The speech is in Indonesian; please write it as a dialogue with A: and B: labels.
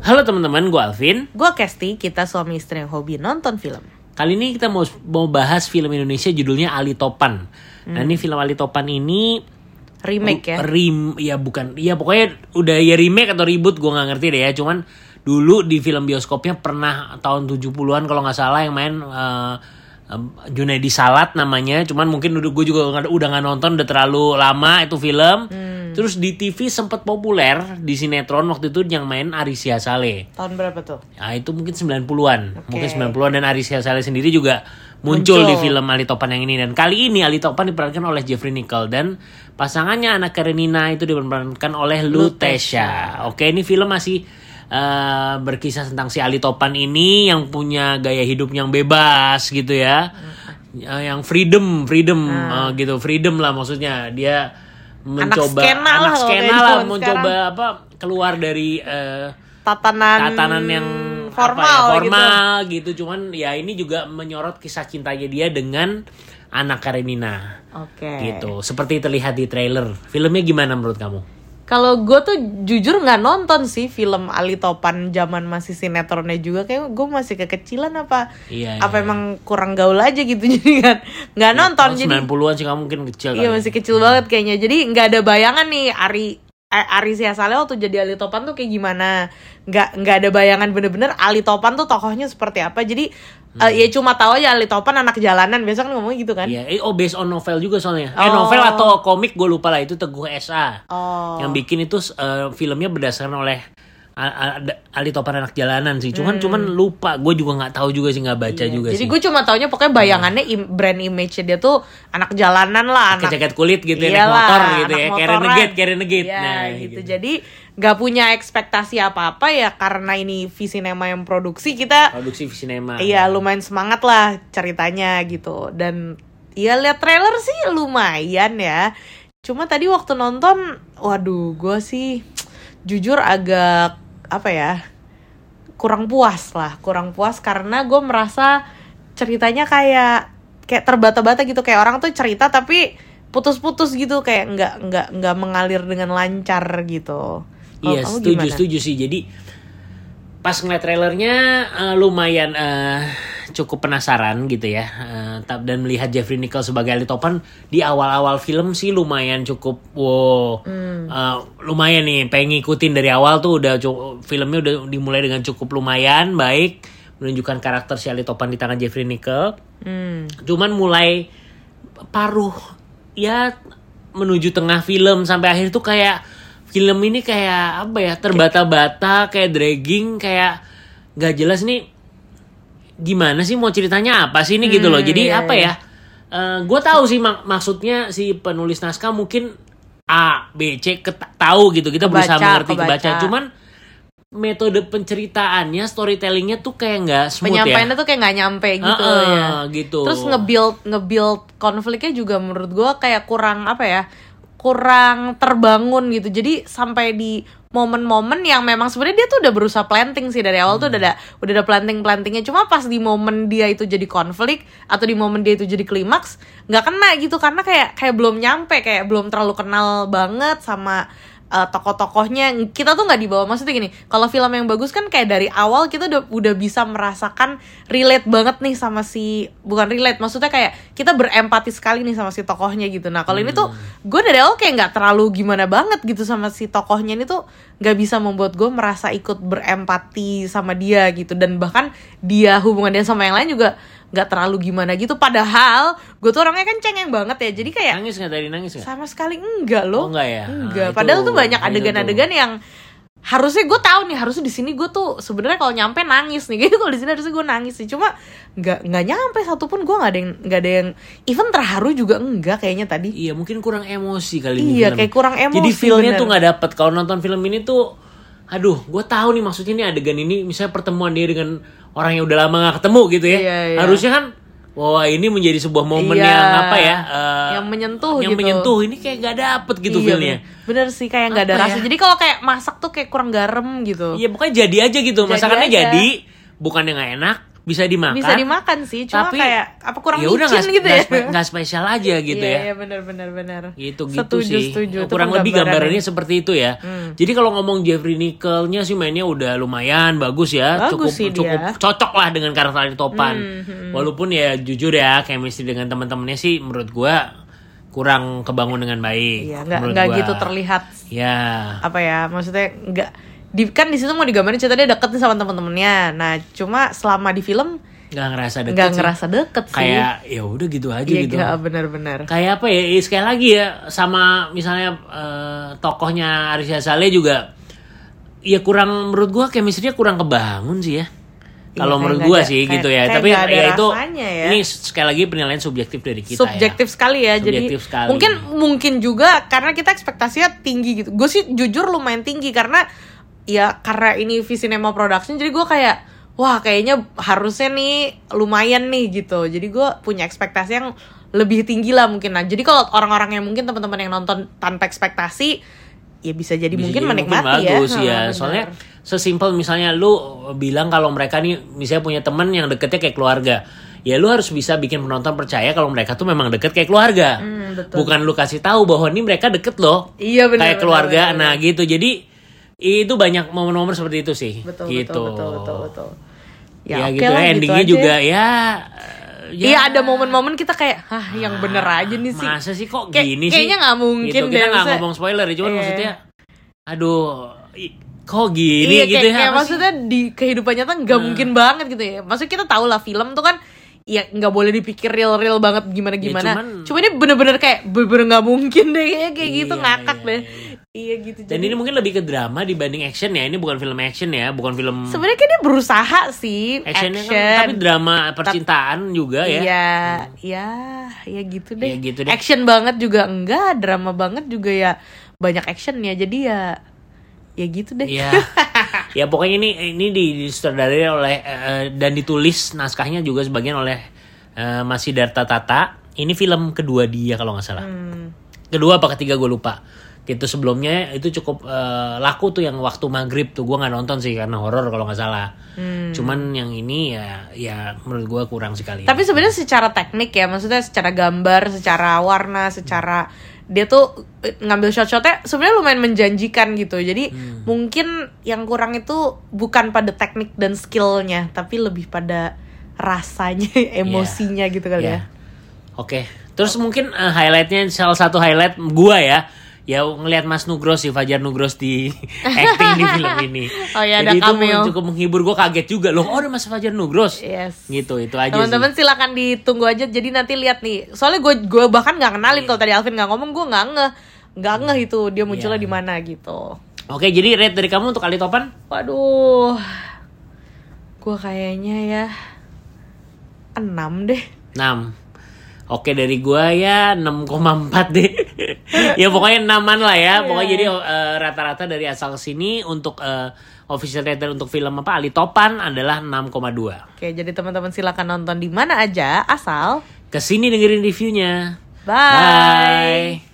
A: teman-teman, gue Alvin.
B: Gue Kesti, kita suami istri yang hobi nonton film.
A: Kali ini kita mau mau bahas film Indonesia judulnya Ali Topan. Nah, ini film Ali Topan ini
B: Hmm. Remake ya.
A: rim ya bukan ya pokoknya udah ya remake atau reboot gue nggak ngerti deh ya cuman dulu di film bioskopnya pernah tahun 70-an kalau nggak salah yang main eh, eh, Junaidi Salat namanya cuman mungkin udah gue juga nggak- udah nggak nonton udah terlalu lama itu film
B: Hmm.
A: terus di TV sempet populer di sinetron waktu itu yang main Arisia Saleh
B: Tahun berapa tuh?
A: Nah, itu mungkin 90-an.
B: Oke.
A: Mungkin 90-an dan Aris Saleh sendiri juga muncul,
B: Muncul.
A: di film Ali Topan yang ini dan kali ini Ali Topan diperankan oleh Jeffrey Nicole dan pasangannya anak Karenina itu diperankan oleh Lutesha. Oke, ini film masih eh, berkisah tentang si Ali Topan ini yang punya gaya hidup yang bebas gitu ya. Eh, yang freedom, freedom eh,
B: Ah.
A: gitu, freedom lah maksudnya. Dia mencoba
B: skena lah
A: anak
B: kalau
A: skena
B: kayak di
A: lah
B: zaman
A: mencoba apa keluar dari eh,
B: Tatanan,
A: tatanan yang apa
B: formal,
A: ya,
B: gitu.
A: formal gitu. cuman ya ini juga menyorot kisah cintanya dia dengan anak Karenina
B: Oke.
A: gitu seperti terlihat di trailer filmnya gimana menurut kamu
B: Kalau gue tuh jujur nggak nonton sih film Ali Topan zaman masih sinetronnya juga kayak gue masih kekecilan apa
A: Iya,
B: apa
A: iya.
B: emang kurang gaul aja gitu jadi nggak nggak nonton jadi
A: 90-an sih kamu mungkin kecil kali.
B: Iya masih kecil banget kayaknya. Jadi nggak ada bayangan nih Ari A- Ari Siasale waktu jadi Ali Topan tuh kayak gimana? Nggak nggak ada bayangan bener-bener Ali Topan tuh tokohnya seperti apa. Jadi eh, ya cuma tahu aja Ali Topan anak jalanan. Biasa kan ngomongnya gitu kan?
A: Hmm. Iya, eh, oh based on novel juga soalnya. Eh
B: Oh.
A: novel atau komik gue lupa lah itu Teguh SA.
B: Oh.
A: Yang bikin itu eh, filmnya berdasarkan oleh A- A- A- Ali Topan anak jalanan sih. Cuman cuman lupa, gue juga nggak tahu juga sih nggak baca juga
B: Hmm. Iya. Jadi
A: sih. Iya.
B: gue cuma taunya pokoknya bayangannya im- brand image dia tuh anak jalanan lah,
A: Pakai
B: anak
A: jaket kulit gitu ya, naik
B: Iyalah,
A: motor gitu
B: anak
A: ya, kayak
B: motoran.
A: renegade, kayak renegade.
B: Iya,
A: Nah,
B: gitu.
A: gitu.
B: Jadi nggak punya ekspektasi apa-apa ya karena ini Visinema yang produksi kita
A: produksi sinema.
B: Iya lumayan semangat lah ceritanya gitu dan ya lihat trailer sih lumayan ya. Cuma tadi waktu nonton, waduh gue sih jujur agak apa ya kurang puas lah, kurang puas karena gue merasa ceritanya kayak kayak terbata-bata gitu kayak orang tuh cerita tapi putus-putus gitu kayak nggak nggak nggak mengalir dengan lancar gitu. Kalau
A: Iya,
B: kamu
A: setuju
B: gimana?
A: setuju sih. Jadi pas ngeliat trailernya eh, lumayan eh, cukup penasaran gitu ya. Eh, tap- dan melihat Jeffrey Nichol sebagai Ali Topan di awal-awal film sih lumayan cukup wow.
B: Hmm.
A: Eh, lumayan nih pengen ngikutin dari awal tuh udah cu- filmnya udah dimulai dengan cukup lumayan baik menunjukkan karakter si Ali Topan di tangan Jeffrey Nichol.
B: Hmm.
A: cuman mulai paruh ya menuju tengah film sampai akhir tuh kayak film ini kayak apa ya terbata-bata kayak dragging kayak nggak jelas nih gimana sih mau ceritanya apa sih ini gitu loh
B: Hmm,
A: jadi
B: iya,
A: apa ya gue tahu sih mak- maksudnya si penulis naskah mungkin A B C ket- tahu gitu kita berusaha
B: Kebaca,
A: mengerti kebaca.
B: kebaca.
A: cuman metode penceritaannya storytellingnya tuh kayak nggak smooth ya
B: penyampaiannya tuh kayak nggak nyampe gitu
A: Heeh,
B: ya.
A: gitu.
B: Terus nge-build nge-build konfliknya juga menurut gua kayak kurang apa ya? Kurang terbangun gitu. Jadi sampai di momen-momen yang memang sebenarnya dia tuh udah berusaha planting sih dari awal tuh udah ada udah ada planting-plantingnya. Cuma pas di momen dia itu jadi konflik atau di momen dia itu jadi klimaks nggak kena gitu karena kayak kayak belum nyampe kayak belum terlalu kenal banget sama eh, tokoh-tokohnya kita tuh nggak dibawa maksudnya gini kalau film yang bagus kan kayak dari awal kita udah udah bisa merasakan relate banget nih sama si bukan relate maksudnya kayak kita berempati sekali nih sama si tokohnya gitu nah kalau ini tuh gue dari awal kayak nggak terlalu gimana banget gitu sama si tokohnya ini tuh nggak bisa membuat gue merasa ikut berempati sama dia gitu dan bahkan dia hubungan dia sama yang lain juga nggak terlalu gimana gitu padahal gue tuh orangnya kan cengeng banget ya jadi kayak
A: nangis nggak tadi nangis nggak
B: sama sekali enggak
A: Iya. Oh,
B: loh.
A: enggak ya?
B: Enggak.
A: Nah, itu-
B: Padahal tuh banyak
A: itu tuh.
B: adegan-adegan yang harusnya gue tahu nih harusnya di sini gue tuh sebenarnya kalau nyampe nangis nih gitu kalau di sini harusnya gue nangis sih cuma nggak nggak nyampe satupun gue nggak ada yang nggak ada yang even terharu juga enggak kayaknya tadi
A: Iya mungkin kurang emosi kali ini
B: Iya,
A: film.
B: kayak kurang
A: Jadi
B: emosi,
A: filmnya
B: bener.
A: tuh nggak dapet. Kalau nonton film ini tuh, aduh, gue tahu nih maksudnya ini adegan ini, misalnya pertemuan dia dengan orang yang udah lama nggak ketemu gitu ya.
B: Iya, iya.
A: Harusnya kan, wah ini menjadi sebuah momen
B: Iya.
A: yang apa ya? eh,
B: Yang menyentuh
A: Yang
B: gitu.
A: menyentuh ini kayak nggak dapet gitu
B: Iya,
A: filmnya.
B: bener. bener sih kayak nggak ada
A: Apa
B: rasa
A: ya?
B: jadi kalau kayak masak tuh kayak kurang garam gitu
A: Iya pokoknya jadi aja gitu.
B: Jadi
A: Masakannya
B: aja.
A: jadi, bukannya nggak enak, bisa dimakan
B: bisa dimakan sih
A: Iya,
B: cuma
A: kan? tapi
B: kayak apa kurang
A: ya udah
B: micin
A: nggak
B: gitu ya
A: nggak spe- nggak spesial aja gitu
B: Iya,
A: ya
B: iya benar benar benar
A: gitu gitu
B: setuju,
A: sih
B: setuju. Itu kan Hmm.
A: kurang lebih
B: penggambarannya.
A: gambarannya seperti itu ya jadi kalau ngomong Jeffrey Nicholnya sih mainnya udah lumayan bagus ya
B: Bagus
A: cukup
B: sih
A: cukup
B: dia. Hmm,
A: cocok lah dengan karakter Topan walaupun ya jujur ya chemistry dengan teman-temannya sih menurut gua kurang kebangun dengan baik
B: iya nggak
A: menurut
B: nggak
A: gua.
B: gitu terlihat
A: ya
B: apa ya maksudnya nggak di kan di situ mau digambarin ceritanya deket nih sama teman-temannya nah cuma selama di film
A: nggak ngerasa deket
B: nggak
A: sih.
B: ngerasa deket sih
A: kayak ya udah gitu aja
B: iya
A: gitu
B: nggak, benar-benar
A: kayak apa ya eh, sekali lagi ya sama misalnya eh, tokohnya Arisya Saleh juga ya kurang menurut gua chemistry-nya kurang kebangun sih ya kalau
B: Iya, kayak
A: menurut
B: nggak
A: gua
B: ada-
A: sih
B: kayak-
A: gitu ya
B: kayak
A: tapi
B: nggak ada
A: ya itu
B: rasanya ya.
A: ini sekali lagi penilaian subjektif dari kita
B: subjektif sekali ya
A: Subjektif
B: jadi
A: sekali.
B: mungkin mungkin juga karena kita ekspektasinya tinggi gitu gue sih jujur lumayan tinggi karena ya karena ini Visinema Production jadi gue kayak wah kayaknya harusnya nih lumayan nih gitu jadi gue punya ekspektasi yang lebih tinggi lah mungkin nah jadi kalau orang-orang yang mungkin teman-teman yang nonton tanpa ekspektasi ya bisa jadi
A: Bisa
B: mungkin
A: jadi
B: menikmati
A: bagus
B: ya,
A: ya,
B: Ha, benar.
A: soalnya sesimpel misalnya lu bilang kalau mereka nih misalnya punya temen yang deketnya kayak keluarga ya lu harus bisa bikin penonton percaya kalau mereka tuh memang deket kayak keluarga
B: Hmm, betul.
A: bukan lu kasih tahu bahwa ini mereka deket loh
B: iya benar
A: kayak
B: benar,
A: keluarga
B: benar,
A: nah gitu jadi itu banyak momen-momen seperti itu sih
B: betul,
A: gitu
B: betul betul betul betul
A: ya,
B: oke
A: gitu ya
B: lah, gitu
A: endingnya
B: aja.
A: juga ya eh, ya Ah,
B: Iya ada momen-momen kita kayak Hah yang bener aja nih sih
A: masa sih kok
B: Kayak-
A: gini sih
B: kayaknya nggak mungkin
A: gitu, kita
B: deh,
A: nggak
B: maksudnya-
A: ngomong spoiler ya cuman
B: Iya.
A: maksudnya aduh i- kok gini
B: Iya,
A: gitu ya apa
B: kayak, kayak
A: sih? Hmm.
B: maksudnya di kehidupan nyata nggak mungkin banget gitu ya Maksudnya kita tau lah film tuh kan Ya nggak boleh dipikir real-real banget gimana-gimana
A: Ya, cuman-
B: Cuma ini bener-bener kayak bener-bener nggak mungkin deh Kayak, kayak gitu
A: Iya,
B: ngakak
A: iya,
B: deh
A: iya,
B: Iya gitu
A: dan
B: jadi-
A: ini mungkin lebih ke drama dibanding action ya ini bukan film action ya bukan film
B: Sebenarnya kan dia berusaha sih action,
A: actionnya kan tapi drama percintaan juga ya
B: Iya, ya, ya gitu
A: Ya
B: deh.
A: gitu deh.
B: Action banget juga enggak, drama banget juga ya banyak action ya. Jadi ya, ya gitu deh.
A: Iya. ya pokoknya ini ini di- disutradarai oleh eh, dan ditulis naskahnya juga sebagian oleh eh, Mas Siddhartha Tata. Ini film kedua dia kalau nggak salah.
B: Hmm,
A: Kedua apa ketiga gue lupa. Gitu sebelumnya itu cukup eh, laku tuh yang waktu maghrib tuh gue nggak nonton sih karena horor kalau nggak salah.
B: hmm.
A: Cuman yang ini ya ya menurut gue kurang sekali.
B: Tapi sebenarnya secara teknik ya, maksudnya secara gambar, secara warna, secara dia tuh eh, ngambil shot-shotnya sebenarnya lumayan menjanjikan gitu. Jadi mungkin yang kurang itu bukan pada teknik dan skillnya, tapi lebih pada rasanya, emosinya gitu kali
A: Ya.
B: ya.
A: Oke. Terus mungkin eh, highlightnya salah satu highlight gua ya, ya ngelihat Mas Nugros si Fajar Nugros di acting di film ini.
B: Oh ya, ada
A: Jadi itu
B: cameo.
A: cukup menghibur gue kaget juga loh. Oh ada Mas Fajar Nugros.
B: Yes.
A: Gitu itu aja
B: Teman-teman silakan ditunggu aja. Jadi nanti lihat nih. Soalnya gue gue bahkan nggak kenalin kalau tadi Alvin nggak ngomong, gue nggak ngeh nggak ngeh itu dia munculnya di mana gitu.
A: sih. Oke jadi rate dari kamu untuk Ali Topan?
B: Waduh, gue kayaknya ya enam deh.
A: 6 Oke dari gua ya 6,4 deh Ya pokoknya enaman lah ya
B: Iya.
A: Pokoknya jadi eh, rata-rata dari asal sini Untuk eh, official rater untuk film apa Ali Topan adalah 6,2
B: Oke, jadi teman-teman silakan nonton di mana aja asal.
A: Kesini dengerin reviewnya.
B: Bye.
A: Bye.